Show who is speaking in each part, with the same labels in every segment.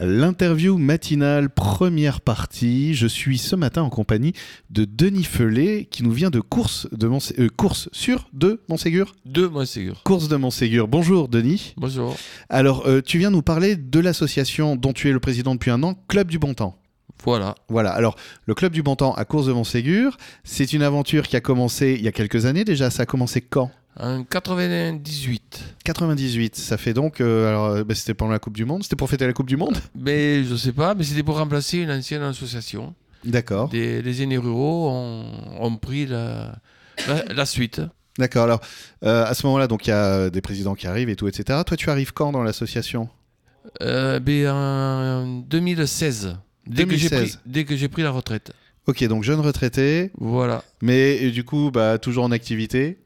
Speaker 1: L'interview matinale, première partie. Je suis ce matin en compagnie de Denis Felet qui nous vient de course, de Monse- euh, course sur de Montségur.
Speaker 2: Deux mois Ségur.
Speaker 1: Course de Montségur. Bonjour Denis.
Speaker 2: Bonjour.
Speaker 1: Alors, euh, tu viens nous parler de l'association dont tu es le président depuis un an, Club du Bon Temps.
Speaker 2: Voilà.
Speaker 1: Voilà, alors le Club du Bon Temps à Course de Montségur, c'est une aventure qui a commencé il y a quelques années déjà. Ça a commencé quand
Speaker 2: En 98.
Speaker 1: 98, ça fait donc. euh, alors, euh, bah, c'était pendant la Coupe du Monde, c'était pour fêter la Coupe du Monde
Speaker 2: Mais je sais pas, mais c'était pour remplacer une ancienne association.
Speaker 1: D'accord.
Speaker 2: Des, les aînés ruraux ont, ont pris la, la, la suite.
Speaker 1: D'accord. Alors, euh, à ce moment-là, donc il y a euh, des présidents qui arrivent et tout, etc. Toi, tu arrives quand dans l'association
Speaker 2: Euh, ben, en 2016. Dès que j'ai pris-
Speaker 1: 2016.
Speaker 2: Dès que j'ai pris, la retraite.
Speaker 1: Ok, donc jeune retraité,
Speaker 2: Voilà.
Speaker 1: mais et du coup, bah, toujours en activité.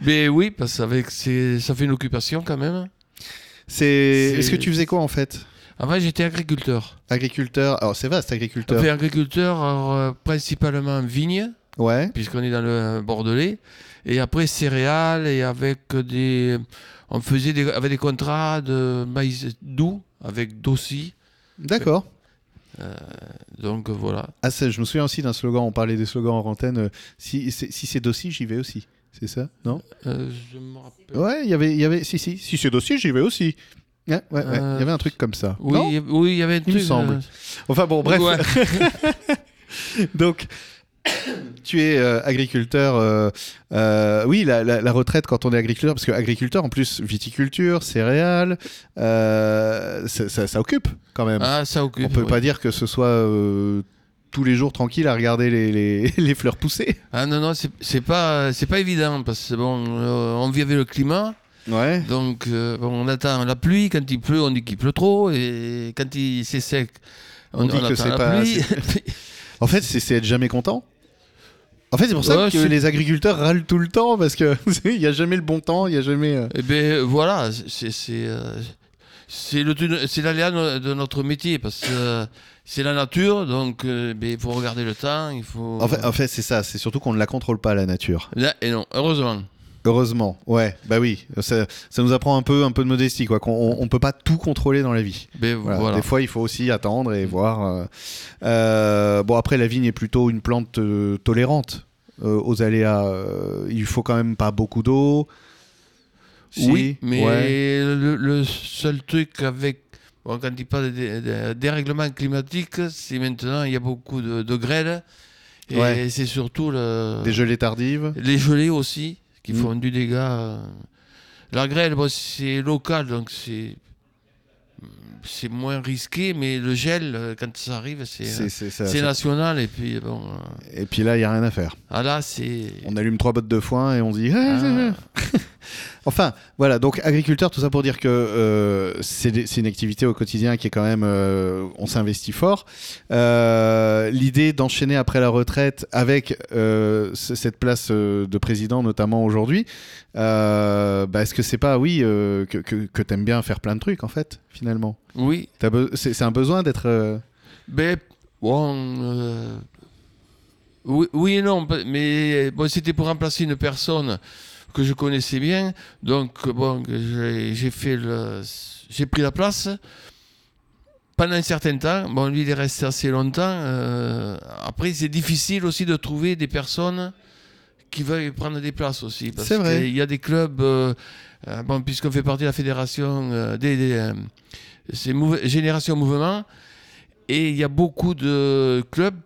Speaker 2: Mais oui, parce que c'est- ça fait une occupation quand même.
Speaker 1: C'est.
Speaker 2: C'est-
Speaker 1: Est-ce que tu faisais quoi en fait
Speaker 2: Avant, j'étais agriculteur.
Speaker 1: Agriculteur. Alors, c'est vaste, agriculteur.
Speaker 2: Enfin, agriculteur, alors, euh, principalement en vigne.
Speaker 1: Ouais.
Speaker 2: puisqu'on est dans le Bordelais. Et après, céréales, et avec des. On faisait des, avec des contrats de maïs doux, avec d'ossi.
Speaker 1: D'accord.
Speaker 2: Donc voilà.
Speaker 1: Ah, ça, je me souviens aussi d'un slogan. On parlait des slogans en antenne. euh, si c'est si c'est d'aussi, j'y vais aussi. C'est ça Non
Speaker 2: Euh, je me rappelle.
Speaker 1: Ouais. Il y avait, il y avait. Si si. Si c'est d'aussi, j'y vais aussi. Ouais, ouais, ouais. Il
Speaker 2: Euh,
Speaker 1: y avait un truc comme ça.
Speaker 2: Oui,
Speaker 1: Non
Speaker 2: il y a- oui, il y avait un
Speaker 1: Il me
Speaker 2: truc.
Speaker 1: semble.
Speaker 2: euh,
Speaker 1: Enfin bon, bref.
Speaker 2: ouais.
Speaker 1: Donc, tu es euh, agriculteur. euh, euh, oui, la, la- la retraite quand on est agriculteur, parce que agriculteur, en plus, viticulture, céréales, euh, ça, ça- ça occupe quand même.
Speaker 2: Ah, ça
Speaker 1: on
Speaker 2: occupe.
Speaker 1: peut
Speaker 2: ouais.
Speaker 1: pas dire que ce soit euh, tous les jours tranquille à regarder les, les- les fleurs pousser.
Speaker 2: Ah non, non, c'est c'est pas, c'est pas évident, parce que bon, euh, on vit avec le climat.
Speaker 1: Ouais.
Speaker 2: Donc, euh, bon, on attend la pluie. Quand il pleut, on dit qu'il pleut trop. Et quand il c'est sec, on,
Speaker 1: On dit que
Speaker 2: attend
Speaker 1: c'est
Speaker 2: la
Speaker 1: pas-
Speaker 2: pluie.
Speaker 1: En fait, c'est c'est être jamais content. En fait, c'est pour ça
Speaker 2: Ouais,
Speaker 1: que
Speaker 2: c'est-
Speaker 1: les agriculteurs râlent tout le temps parce que il y a jamais le bon temps, il y a jamais. euh,
Speaker 2: Eh bien, voilà, c'est c'est euh, c'est le tun- c'est l'aléa no- de notre métier parce que euh, c'est la nature, donc euh, ben, il faut regarder le temps, il faut.
Speaker 1: En fait, euh, en fait c'est ça. C'est surtout qu'on ne la contrôle pas la nature.
Speaker 2: Là, et non, heureusement.
Speaker 1: Heureusement, ouais, bah oui, ça, ça nous apprend un peu, un peu de modestie, quoi. Qu'on on, on peut pas tout contrôler dans la vie.
Speaker 2: Ben,
Speaker 1: Voilà.
Speaker 2: voilà. Mm.
Speaker 1: Des fois, il faut aussi attendre et voir. euh. Euh, bon, après, la vigne est plutôt une plante euh, tolérante euh, aux aléas. euh, il faut quand même pas beaucoup d'eau. Si,
Speaker 2: oui, mais
Speaker 1: ouais.
Speaker 2: le, le seul truc avec. bon, quand il parle des des- des dérèglements climatiques, c'est maintenant il y a beaucoup de, de grêle et
Speaker 1: Ouais.
Speaker 2: c'est surtout le,
Speaker 1: des gelées tardives.
Speaker 2: les gelées aussi qui
Speaker 1: Mm.
Speaker 2: font du dégât. euh. La grêle, bon, c'est local, donc c'est c'est moins risqué, mais le gel, euh, quand ça arrive, c'est euh,
Speaker 1: C'est- c'est-
Speaker 2: c'est
Speaker 1: c'est-
Speaker 2: national. Et puis, bon, euh,
Speaker 1: Et puis là, il y a rien à faire.
Speaker 2: ah là, c'est.
Speaker 1: On allume trois bottes de foin et on se dit. Ah,
Speaker 2: Ah.
Speaker 1: c'est bien. Enfin, voilà, donc agriculteur, tout ça pour dire que euh, c'est des- c'est une activité au quotidien qui est quand même. euh, on s'investit fort. Euh, L'idée d'enchaîner après la retraite avec euh, c- cette place euh, de président, notamment aujourd'hui, euh, bah, est-ce que c'est pas, oui, euh, que, que, que t'aimes bien faire plein de trucs en fait, finalement
Speaker 2: Oui,
Speaker 1: T'as be- C'est c'est un besoin d'être. euh,
Speaker 2: mais bon. euh, Oui, oui et non, pa- mais bon, c'était pour remplacer une personne que je connaissais bien, donc bon, que j'ai j'ai fait le, j'ai pris la place. pendant un certain temps, bon, lui, il est resté assez longtemps. euh, après, c'est difficile aussi de trouver des personnes qui veulent prendre des places aussi. parce
Speaker 1: C'est vrai.
Speaker 2: que Il y a des clubs, euh, euh, bon, puisqu'on fait partie de la fédération euh, des, des, euh, c'est Mouve- Génération Mouvement, et il y a beaucoup de clubs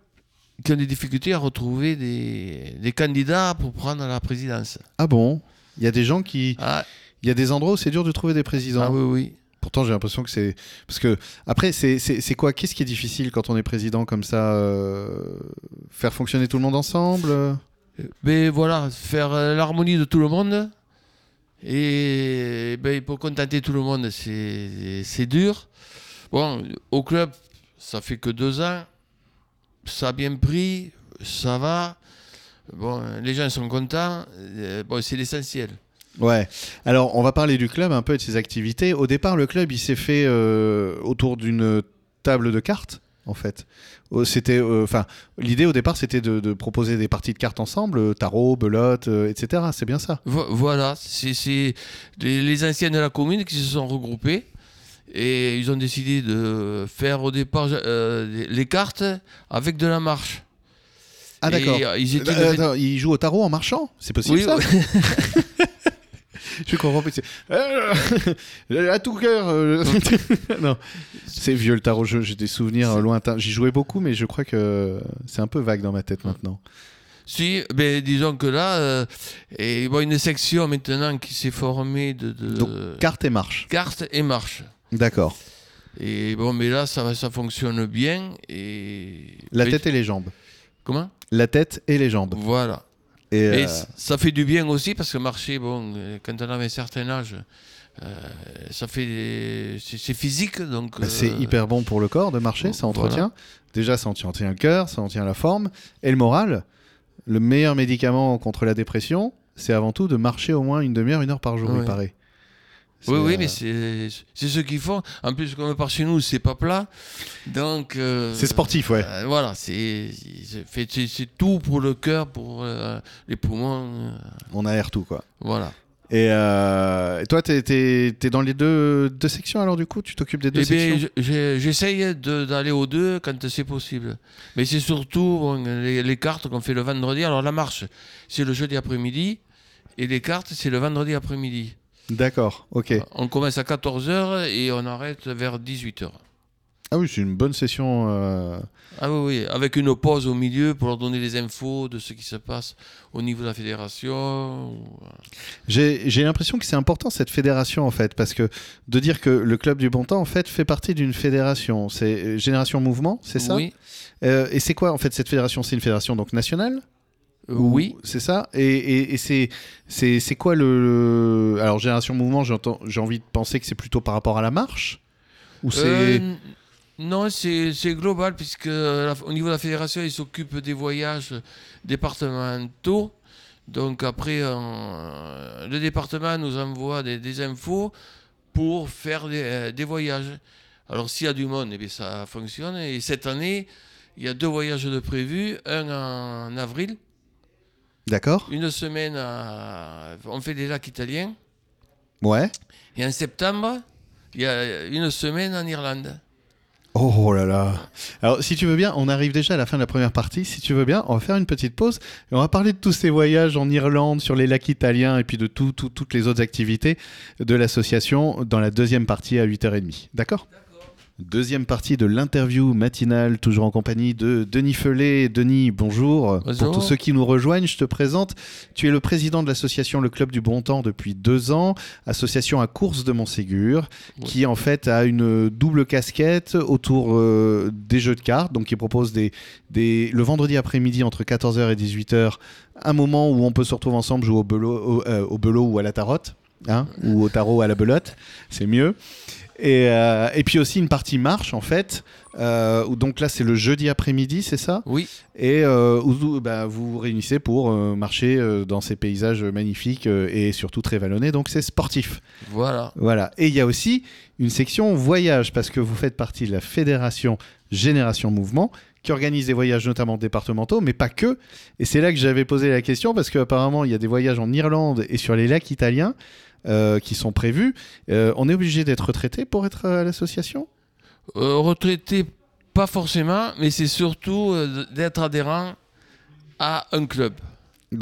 Speaker 2: qui ont des difficultés à retrouver des, des candidats pour prendre la présidence.
Speaker 1: Ah bon Il y a des gens qui.
Speaker 2: Ah,
Speaker 1: Il y a des endroits où c'est dur de trouver des présidents.
Speaker 2: ah oui, oui.
Speaker 1: Pourtant, j'ai l'impression que c'est. Parce que, après, c'est c'est- c'est quoi Qu'est-ce qui est difficile quand on est président comme ça euh, Faire fonctionner tout le monde ensemble euh
Speaker 2: Mais ben voilà, faire euh, l'harmonie de tout le monde. Et ben, pour contenter tout le monde, c'est c'est dur. Bon, au club, ça fait que deux ans. Ça a bien pris, ça va. Bon, les gens sont contents. Euh, Bon, c'est l'essentiel.
Speaker 1: Ouais. Alors, on va parler du club un peu et de ses activités. Au départ, le club, il s'est fait euh, autour d'une table de cartes, en fait. Euh, C'était, euh, enfin, l'idée au départ, c'était de, de proposer des parties de cartes ensemble, euh, tarot, belote, euh, etc. C'est bien ça.
Speaker 2: Vo- voilà, c'est c'est les, les anciens de la commune qui se sont regroupés. Et ils ont décidé de faire au départ euh, les cartes avec de la marche.
Speaker 1: Ah d'accord.
Speaker 2: Et, euh, ils étaient
Speaker 1: Euh,
Speaker 2: une-
Speaker 1: attends, il joue au tarot en marchant C'est possible
Speaker 2: Oui,
Speaker 1: ça
Speaker 2: oui.
Speaker 1: Je comprends pas. c'est- Euh, à tout cœur. euh, non, c'est vieux le tarot. je- J'ai des souvenirs euh, lointains. J'y jouais beaucoup, mais je crois que c'est un peu vague dans ma tête maintenant.
Speaker 2: Euh, Si, ben, disons que là, euh, et, bon, une section maintenant qui s'est formée de, de-
Speaker 1: Donc, Carte et marche.
Speaker 2: cartes et marches.
Speaker 1: D'accord.
Speaker 2: Et bon, mais là, ça, va- ça fonctionne bien. Et
Speaker 1: La
Speaker 2: mais-
Speaker 1: tête et les jambes.
Speaker 2: Comment
Speaker 1: La tête et les jambes.
Speaker 2: Voilà.
Speaker 1: Et,
Speaker 2: Et
Speaker 1: euh,
Speaker 2: c- ça fait du bien aussi parce que marcher, bon, euh, quand on avait un certain âge, euh, ça fait, des- c'est c'est physique, donc.
Speaker 1: bah, c'est
Speaker 2: euh,
Speaker 1: hyper bon pour le corps de marcher. Ça entretient. Déjà, ça entretient le cœur, ça entretient la forme et le moral. Le meilleur médicament contre la dépression, c'est avant tout de marcher au moins une demi-heure, une heure par jour, il
Speaker 2: Ouais.
Speaker 1: paraît.
Speaker 2: Oui, oui,
Speaker 1: euh,
Speaker 2: mais c'est c'est ce qu'ils font. En plus, comme par chez nous, c'est pas plat, donc. euh,
Speaker 1: c'est sportif, ouais.
Speaker 2: Euh, voilà, c'est c'est fait- c'est- c'est tout pour le cœur, pour euh, les poumons. euh,
Speaker 1: On aère tout, quoi.
Speaker 2: voilà.
Speaker 1: Et, euh, et toi, t'es es, dans les deux, deux sections alors du coup Tu t'occupes des deux
Speaker 2: Eh bien,
Speaker 1: sections
Speaker 2: je- je- j'essaye de- d'aller aux deux quand c'est possible. Mais c'est surtout bon, les, les cartes qu'on fait le vendredi. Alors, la marche, c'est le jeudi après-midi. Et les cartes, c'est le vendredi après-midi.
Speaker 1: D'accord, ok.
Speaker 2: On commence à 14h et on arrête vers 18h.
Speaker 1: Ah oui, c'est une bonne session. euh,
Speaker 2: Ah oui, oui, avec une pause au milieu pour leur donner des infos de ce qui se passe au niveau de la fédération. ou-
Speaker 1: J'ai j'ai l'impression que c'est important cette fédération en fait, parce que de dire que le club du bon temps en fait fait partie d'une fédération. C'est euh, Génération Mouvement, c'est ça
Speaker 2: Oui.
Speaker 1: Euh, Et c'est quoi en fait cette fédération C'est une fédération donc nationale
Speaker 2: euh,
Speaker 1: Ou-
Speaker 2: oui.
Speaker 1: C'est ça Et, et- et c'est- c'est c'est quoi le. le- Alors Génération Mouvement, j'entends- j'ai envie de penser que c'est plutôt par rapport à la marche Ou c'est.
Speaker 2: Euh, n- non, c'est c'est global, puisque la- au niveau de la fédération, ils s'occupent des voyages départementaux. Donc après, euh, le département nous envoie des, des infos pour faire des, euh, des voyages. Alors s'il y a du monde, eh bien, ça fonctionne. Et cette année, il y a deux voyages de prévus, un en avril,
Speaker 1: D'accord
Speaker 2: une semaine, à- on fait des lacs italiens,
Speaker 1: Ouais.
Speaker 2: et en septembre, il y a une semaine en Irlande.
Speaker 1: Oh là là. Alors, si tu veux bien, on arrive déjà à la fin de la première partie. Si tu veux bien, on va faire une petite pause et on va parler de tous ces voyages en Irlande, sur les lacs italiens et puis de tout, tout- toutes les autres activités de l'association dans la deuxième partie à 8h30. D'accord Deuxième partie de l'interview matinale, toujours en compagnie de Denis Felet. Denis, bonjour.
Speaker 2: Bonjour.
Speaker 1: Pour tous ceux qui nous rejoignent, je te présente. Tu es le président de l'association Le Club du Bon Temps depuis deux ans, association à course de Montségur,
Speaker 2: Ouais.
Speaker 1: qui en fait a une double casquette autour euh, des jeux de cartes, donc qui propose des, des, le vendredi après-midi entre 14h et 18h, un moment où on peut se retrouver ensemble, jouer au belot, au, euh, au belot ou à la tarotte, hein, ou au tarot à la belote, c'est mieux. Et, euh, et puis aussi une partie marche en fait, euh, où donc là c'est le jeudi après-midi, c'est ça
Speaker 2: Oui.
Speaker 1: et euh, où- où, bah, vous vous réunissez pour euh, marcher euh, dans ces paysages magnifiques euh, et surtout très vallonnés, donc c'est sportif.
Speaker 2: Voilà.
Speaker 1: Voilà. Et il y a aussi une section voyage, parce que vous faites partie de la fédération Génération Mouvement, qui organise des voyages notamment départementaux, mais pas que. Et c'est là que j'avais posé la question, parce qu'apparemment, il y a des voyages en Irlande et sur les lacs italiens euh, qui sont prévus. Euh, on est obligé d'être retraité pour être à l'association
Speaker 2: Euh, retraité, pas forcément, mais c'est surtout euh, d'être adhérent à un club.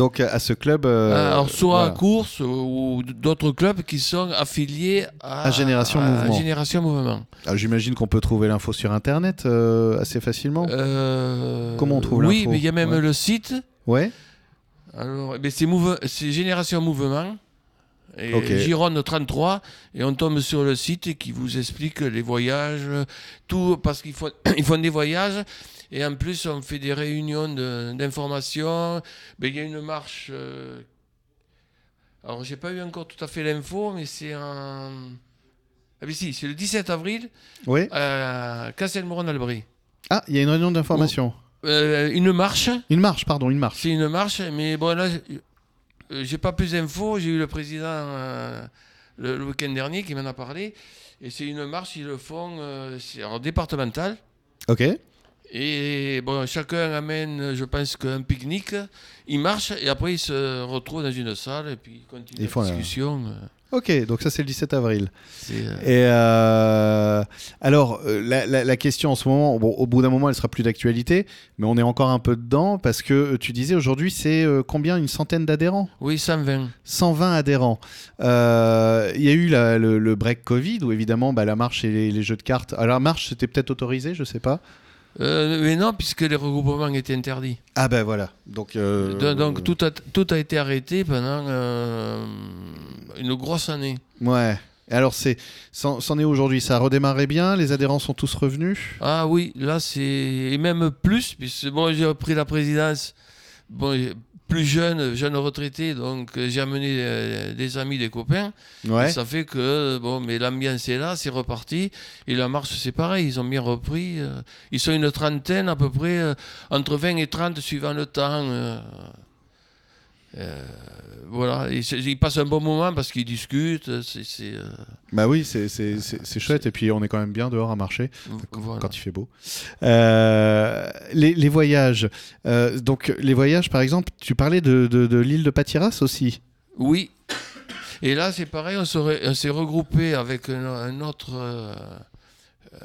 Speaker 1: donc à ce club, euh,
Speaker 2: Alors, soit
Speaker 1: voilà.
Speaker 2: à course ou d'autres clubs qui sont affiliés à,
Speaker 1: À Génération Mouvement.
Speaker 2: Génération Mouvement.
Speaker 1: Ah, J'imagine qu'on peut trouver l'info sur Internet euh, assez facilement.
Speaker 2: Euh,
Speaker 1: Comment on trouve
Speaker 2: Oui,
Speaker 1: l'info
Speaker 2: mais il y a même
Speaker 1: Ouais.
Speaker 2: le site.
Speaker 1: Ouais.
Speaker 2: Alors, eh ben, c'est Mouve- c'est Génération Mouvement. Et
Speaker 1: Ok.
Speaker 2: Gironde 33 et on tombe sur le site qui vous explique les voyages tout parce qu'ils font ils font des voyages et en plus on fait des réunions de- d'information Ben, il y a une marche euh, alors j'ai pas eu encore tout à fait l'info mais c'est en ah ben si c'est le 17 avril
Speaker 1: Ouais.
Speaker 2: à Castelmoron-Albry
Speaker 1: Ah, il y a une réunion d'information.
Speaker 2: Euh, une marche
Speaker 1: Une marche, pardon, une marche.
Speaker 2: c'est une marche, mais bon, là, j'- euh, j'ai pas plus d'infos. J'ai eu le président euh, le, le week-end dernier qui m'en a parlé. Et c'est une marche, ils le font euh, c'est- alors, départementale.
Speaker 1: Ok.
Speaker 2: Et bon, chacun amène, euh, je pense, qu'un pique-nique. Ils marchent et après ils se retrouvent dans une salle et puis ils continuent
Speaker 1: Ils font
Speaker 2: la
Speaker 1: la-
Speaker 2: discussion. euh.
Speaker 1: Ok, donc ça c'est le 17 avril.
Speaker 2: C'est, euh,
Speaker 1: Et euh, alors, euh, la, la- la question en ce moment, bon, au bout d'un moment, elle sera plus d'actualité, mais on est encore un peu dedans parce que euh, tu disais aujourd'hui, c'est euh, combien Une centaine d'adhérents
Speaker 2: Oui, 120.
Speaker 1: 120 adhérents. Euh, Il y a eu la- le, le break Covid où évidemment bah, la marche et les, les jeux de cartes. Alors, la marche, c'était peut-être autorisé, je sais pas.
Speaker 2: Euh, mais non, puisque les regroupements étaient interdits.
Speaker 1: Ah ben voilà. Donc, euh,
Speaker 2: Do- Donc tout a, tout a été arrêté pendant euh, une grosse année.
Speaker 1: Ouais. Et Alors, c'est, c'en c'en est aujourd'hui. Ça a redémarré bien. Les adhérents sont tous revenus.
Speaker 2: Ah oui, là c'est. Et même plus, puisque bon, j'ai repris la présidence bon, j'ai- plus jeune, jeune retraité, donc euh, j'ai amené euh, des amis, des copains.
Speaker 1: Ouais.
Speaker 2: Ça fait que, euh, bon, mais l'ambiance est là, c'est reparti. Et la marche, c'est pareil, ils ont bien repris. euh, Ils sont une trentaine à peu près, euh, entre 20 et 30 suivant le temps. euh, euh, voilà, Et c'est- ils passent un bon moment parce qu'ils discutent. C'est, c'est, euh,
Speaker 1: Bah oui, c'est, c'est- c'est- c'est chouette. Et puis, on est quand même bien dehors à marcher.
Speaker 2: voilà.
Speaker 1: quand il fait beau. Euh, les, les voyages. Euh, donc, les voyages, par exemple, tu parlais de, de- de l'île de Patiras aussi.
Speaker 2: Oui. Et là, c'est pareil, on, serait- on s'est regroupé avec un, un autre, euh, euh,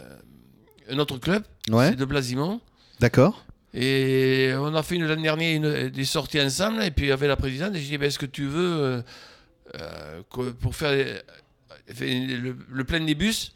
Speaker 2: un autre club, c'est de Blasimont.
Speaker 1: D'accord.
Speaker 2: Et on a fait une- l'année dernière une- des sorties ensemble, et puis il y avait la présidente, et je dis, Ben, est-ce que tu veux, euh, euh, que- pour faire euh, faire le, le plein des bus,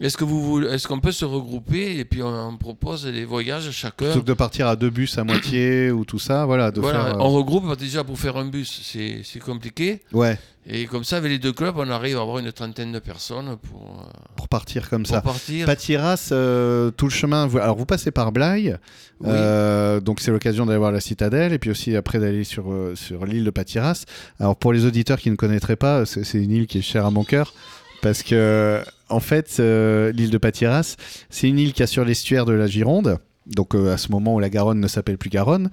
Speaker 2: est-ce que vous voulez- est-ce qu'on peut se regrouper, et puis on, on propose des voyages à
Speaker 1: Plutôt
Speaker 2: chacun
Speaker 1: que de partir à deux bus à moitié ou tout ça, voilà. De
Speaker 2: voilà,
Speaker 1: faire, euh,
Speaker 2: on regroupe déjà pour faire un bus, c'est c'est compliqué.
Speaker 1: Ouais,
Speaker 2: Et comme ça, avec les deux clubs, on arrive à avoir une trentaine de personnes pour, euh,
Speaker 1: pour partir comme
Speaker 2: pour
Speaker 1: ça.
Speaker 2: partir.
Speaker 1: Patiras, euh, tout le chemin. vous- Alors, vous passez par Blaye,
Speaker 2: Oui.
Speaker 1: euh, donc c'est l'occasion d'aller voir la citadelle et puis aussi après d'aller sur, euh, sur l'île de Patiras. Alors, pour les auditeurs qui ne connaîtraient pas, c'est c'est une île qui est chère à mon cœur parce que, en fait, euh, l'île de Patiras, c'est une île qui assure l'estuaire de la Gironde, donc euh, à ce moment où la Garonne ne s'appelle plus Garonne,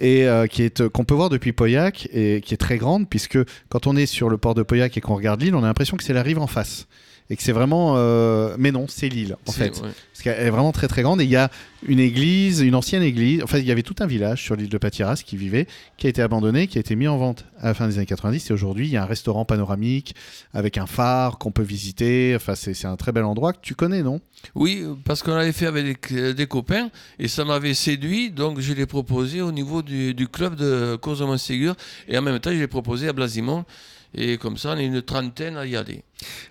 Speaker 1: et euh, qui est euh, qu'on peut voir depuis Pauillac et qui est très grande puisque quand on est sur le port de Pauillac et qu'on regarde l'île, on a l'impression que c'est la rive en face. Et que c'est vraiment. euh, Mais non, c'est l'île, en
Speaker 2: C'est-
Speaker 1: fait.
Speaker 2: ouais.
Speaker 1: Parce qu'elle est vraiment très très grande. Et il y a une église, une ancienne église. Enfin, il y avait tout un village sur l'île de Patiras qui vivait, qui a été abandonné, qui a été mis en vente à la fin des années 90. Et aujourd'hui, il y a un restaurant panoramique avec un phare qu'on peut visiter. Enfin, c'est c'est un très bel endroit que tu connais, non
Speaker 2: Oui, parce qu'on l'avait fait avec des, des copains et ça m'avait séduit, donc je l'ai proposé au niveau du, du club de Cause de Montségur et en même temps je l'ai proposé à Blasimont et comme ça on est une trentaine à y aller.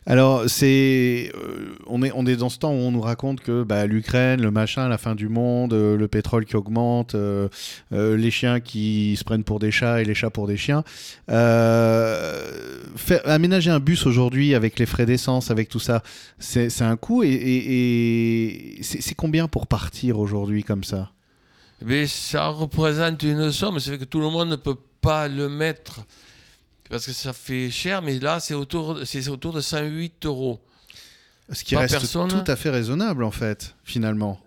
Speaker 1: Alors, c'est, euh, on, est, on est dans ce temps où on nous raconte que bah, l'Ukraine, le machin, la fin du monde, euh, le pétrole qui augmente, euh, euh, les chiens qui se prennent pour des chats et les chats pour des chiens. Euh, faire- aménager un bus aujourd'hui avec les frais d'essence, avec tout ça, c'est c'est un coût. Et, et- et c'est c'est combien pour partir aujourd'hui comme ça
Speaker 2: Mais ça représente une somme, c'est vrai que tout le monde ne peut pas le mettre parce que ça fait cher, mais là c'est autour, c'est autour de 108 euros.
Speaker 1: Ce qui
Speaker 2: Par
Speaker 1: reste
Speaker 2: personne
Speaker 1: tout à fait raisonnable en fait, finalement,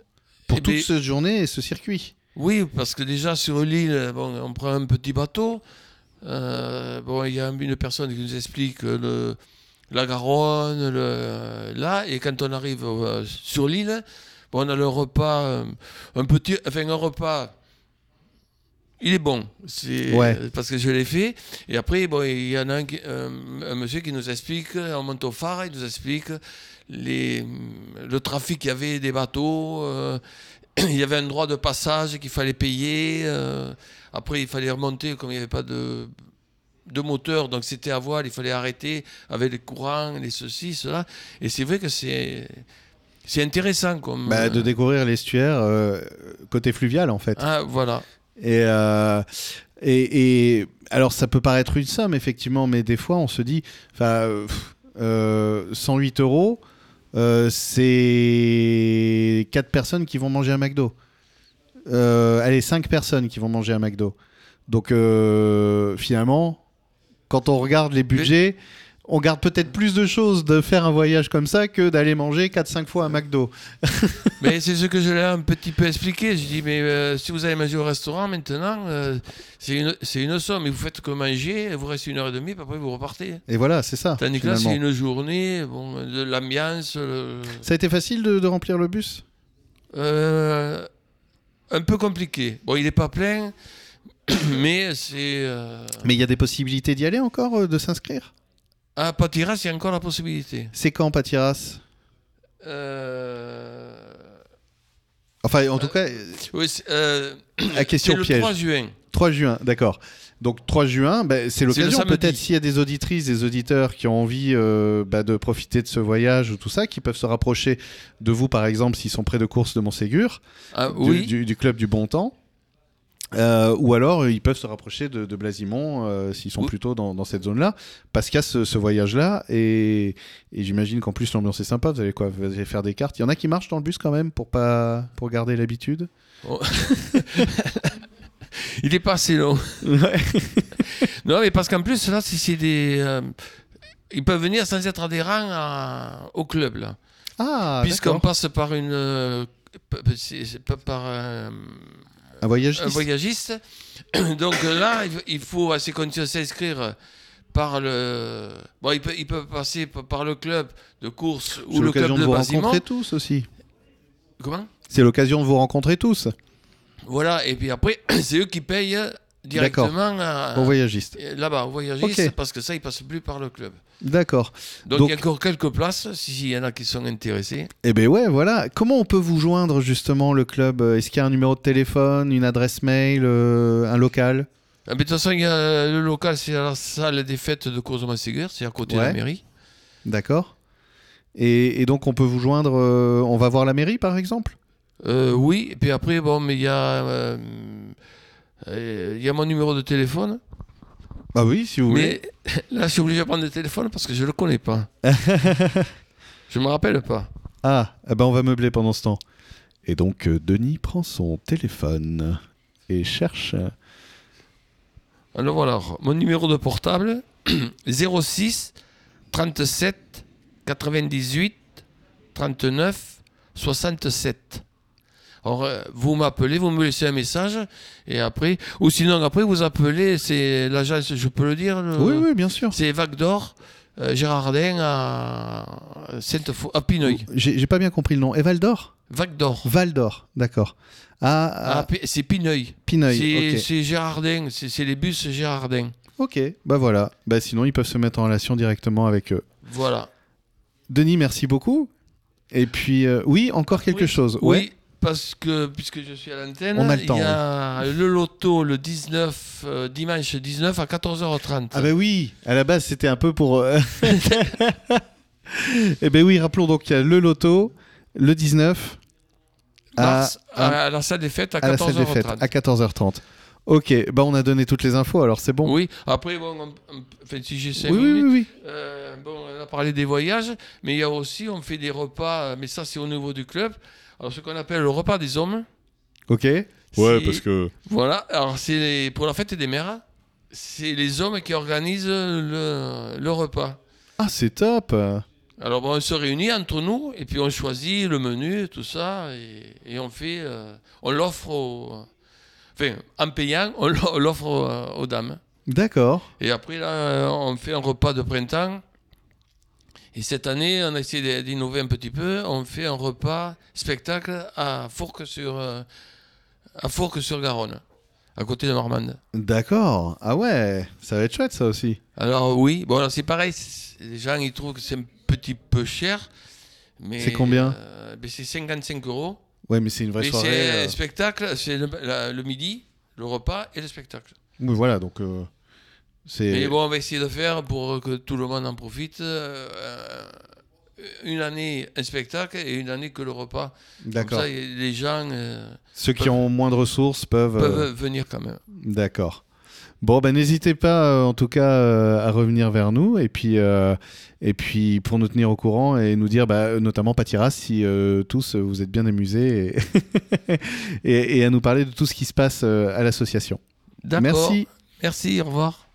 Speaker 1: pour
Speaker 2: Eh
Speaker 1: toute
Speaker 2: ben-
Speaker 1: cette journée et ce circuit.
Speaker 2: Oui, parce que déjà sur l'île, bon, on prend un petit bateau. Euh, bon, il y a une personne qui nous explique euh, le, la Garonne, le- là, et quand on arrive euh, sur l'île, bon, on a le repas, euh, un petit, enfin un repas. Il est bon, c'est
Speaker 1: Ouais.
Speaker 2: euh, parce que je l'ai fait. Et après, bon, il y en a un, qui- euh, un- un monsieur qui nous explique, on monte au phare, il nous explique les, le trafic qu'il y avait des bateaux, euh, il y avait un droit de passage qu'il fallait payer. euh, après, il fallait remonter, comme il n'y avait pas de, de moteur, donc c'était à voile, il fallait arrêter avec les courants, les ceci, cela. Et c'est vrai que c'est c'est intéressant comme.
Speaker 1: Bah, de
Speaker 2: euh,
Speaker 1: découvrir l'estuaire euh, côté fluvial en fait.
Speaker 2: ah, voilà.
Speaker 1: Et, euh, et, et- alors, ça peut paraître une somme, effectivement, mais des fois, on se dit, enfin, euh, pff, euh, 108 euros, euh, c'est 4 personnes qui vont manger à McDo. Euh, allez, 5 personnes qui vont manger à McDo. Donc, euh, finalement, quand on regarde les budgets, on garde peut-être plus de choses de faire un voyage comme ça que d'aller manger 4-5 fois à McDo.
Speaker 2: Mais c'est ce que je l'ai un petit peu expliqué. Je dis, mais euh, si vous allez manger au restaurant maintenant, euh, c'est une, c'est une somme. Et vous faites que manger, vous restez une heure et demie, puis après vous repartez.
Speaker 1: Et voilà, c'est ça.
Speaker 2: Tandis que là,
Speaker 1: finalement.
Speaker 2: c'est une journée, bon, de l'ambiance. le-
Speaker 1: Ça a été facile de- de remplir le bus
Speaker 2: Euh, un peu compliqué. Bon, il n'est pas plein, mais c'est. euh,
Speaker 1: Mais il y a des possibilités d'y aller encore, euh, de euh, s'inscrire
Speaker 2: À Patiras, il y a encore la possibilité.
Speaker 1: C'est quand Patiras
Speaker 2: Euh,
Speaker 1: Enfin, en tout cas,
Speaker 2: Oui, c'est, euh,
Speaker 1: la question
Speaker 2: c'est le
Speaker 1: piège.
Speaker 2: 3 juin.
Speaker 1: 3 juin, d'accord. Donc 3 juin, bah, c'est l'occasion
Speaker 2: samedi.
Speaker 1: peut-être s'il y a des auditrices, des auditeurs qui ont envie euh, bah, de profiter de ce voyage ou tout ça, qui peuvent se rapprocher de vous par exemple s'ils sont près de course de Montségur,
Speaker 2: Ah,
Speaker 1: du-
Speaker 2: oui.
Speaker 1: du, du club du Bon Temps. Euh, ou alors euh, ils peuvent se rapprocher de, de Blasimont euh, s'ils sont
Speaker 2: Oui.
Speaker 1: plutôt dans, dans cette zone-là, parce qu'il y a ce, ce voyage-là et, et j'imagine qu'en plus l'ambiance est sympa. Vous allez quoi Vous allez faire des cartes. Il y en a qui marchent dans le bus quand même pour pas pour garder l'habitude.
Speaker 2: Il est pas assez long. Non, mais parce qu'en plus, là, si c'est des. euh, ils peuvent venir sans être adhérents à- au club, là.
Speaker 1: Ah,
Speaker 2: Puisqu'on
Speaker 1: d'accord.
Speaker 2: passe par une. euh, p- c'est- c'est pas par euh, un,
Speaker 1: un voyage.
Speaker 2: un voyagiste. Donc là, il- il faut, à ces conditions, s'inscrire par le. Bon, ils peuvent, ils peuvent passer p- par le club de course
Speaker 1: C'est
Speaker 2: ou le club
Speaker 1: l'occasion
Speaker 2: de,
Speaker 1: de vous
Speaker 2: bâtiment.
Speaker 1: rencontrer tous aussi.
Speaker 2: Comment
Speaker 1: C'est l'occasion de vous rencontrer tous,
Speaker 2: Voilà, et puis après, c'est eux qui payent directement à- euh,
Speaker 1: aux voyagistes.
Speaker 2: là-bas, aux voyagistes,
Speaker 1: Ok.
Speaker 2: parce que ça, ils passent plus par le club.
Speaker 1: D'accord.
Speaker 2: Donc,
Speaker 1: Donc-
Speaker 2: il y a encore quelques places, s'il y en a qui sont intéressés.
Speaker 1: Eh ben ouais, voilà. Comment on peut vous joindre justement le club Est-ce qu'il y a un numéro de téléphone, une adresse mail, euh, un local
Speaker 2: Ah, mais de toute façon, il y a le local, c'est la salle des fêtes de Courson-Massigur, c'est à côté de
Speaker 1: Ouais.
Speaker 2: la mairie.
Speaker 1: D'accord. Et, et donc on peut vous joindre. euh, on va voir la mairie par exemple.
Speaker 2: Euh, oui, et puis après, bon, mais il y a. euh, euh, il y a mon numéro de téléphone,
Speaker 1: Ah oui, si vous voulez.
Speaker 2: mais là je suis obligé de prendre le téléphone parce que je le connais pas. je me rappelle pas.
Speaker 1: Ah, eh ben on va meubler pendant ce temps. Et donc euh, Denis prend son téléphone et cherche. euh,
Speaker 2: Alors voilà, mon numéro de portable 06 37 98 39 67. Alors, euh, vous m'appelez, vous me laissez un message, et après, ou sinon après vous appelez, c'est l'agence, je peux le dire, le-
Speaker 1: Oui, oui, bien sûr.
Speaker 2: c'est Vague d'Or, euh, Gérardin à sainte à Pineuil.
Speaker 1: J'ai j'ai pas bien compris le nom. Et Val d'Or
Speaker 2: Vague d'Or,
Speaker 1: Val d'Or, d'accord. Ah,
Speaker 2: À Pi- c'est Pineuil.
Speaker 1: Pineuil.
Speaker 2: C'est
Speaker 1: ok.
Speaker 2: c'est Gérardin, c'est c'est les bus Gérardin.
Speaker 1: Ok, bah voilà. Bah sinon, ils peuvent se mettre en relation directement avec eux.
Speaker 2: Voilà.
Speaker 1: Denis, merci beaucoup. Et puis, euh, oui, encore quelque
Speaker 2: Oui.
Speaker 1: chose. Ouais.
Speaker 2: Oui, parce que puisque je suis à l'antenne,
Speaker 1: On a le temps,
Speaker 2: il y a le loto le 19, euh, dimanche 19 à 14h30.
Speaker 1: Ah bah oui, à la base, c'était un peu pour... euh, Eh ben oui, rappelons donc qu'il y a le loto, le 19, à,
Speaker 2: Mars, à, à la salle des fêtes à,
Speaker 1: ah. à la salle des fêtes,
Speaker 2: 14h30.
Speaker 1: à 14h30. Ok, bah on a donné toutes les infos, alors c'est bon.
Speaker 2: Oui, après, bon, on- on- enfin, si j'ai 5
Speaker 1: oui, oui,
Speaker 2: minutes,
Speaker 1: oui.
Speaker 2: euh, bon, on a parlé des voyages, mais il y a aussi, on fait des repas, euh, mais ça c'est au niveau du club. Alors ce qu'on appelle le repas des hommes,
Speaker 1: Ok.
Speaker 2: Ouais, parce
Speaker 1: que...
Speaker 2: voilà, alors c'est les- pour la fête des mères, c'est les hommes qui organisent le- le repas.
Speaker 1: Ah, c'est top
Speaker 2: Alors bon, on se réunit entre nous et puis on choisit le menu, tout ça, et, et on fait, euh, on l'offre au, enfin, en payant, on l'o- on l'offre aux, euh, aux dames.
Speaker 1: D'accord.
Speaker 2: Et après là, euh, on fait un repas de printemps. Et cette année, on a essayé d'é- d'innover un petit peu. On fait un repas spectacle à Fourques sur, euh, à Fourques sur Garonne, à côté de Normande.
Speaker 1: D'accord. Ah ouais, ça va être chouette ça aussi.
Speaker 2: Alors oui, bon alors, c'est pareil, c'est- les gens ils trouvent que c'est un petit peu cher. mais,
Speaker 1: C'est combien
Speaker 2: euh, ben, C'est 55 euros.
Speaker 1: Ouais, mais c'est une vraie
Speaker 2: Et
Speaker 1: soirée.
Speaker 2: c'est
Speaker 1: euh.
Speaker 2: le spectacle, c'est le, la- le midi, le repas et le spectacle.
Speaker 1: Oui, voilà, donc euh, c'est.
Speaker 2: Mais bon, on va essayer de faire pour que tout le monde en profite. euh, une année un spectacle et une année que le repas. Comme
Speaker 1: D'accord.
Speaker 2: ça, y- les gens euh,
Speaker 1: Ceux qui ont moins de ressources peuvent. euh,
Speaker 2: peuvent venir quand même.
Speaker 1: D'accord. Bon, ben n'hésitez pas euh, en tout cas euh, à revenir vers nous et puis, euh, et puis pour nous tenir au courant et nous dire bah, notamment Patiras si euh, tous euh, vous êtes bien amusés et, et, et à nous parler de tout ce qui se passe euh, à l'association.
Speaker 2: D'accord.
Speaker 1: Merci.
Speaker 2: Merci, au revoir.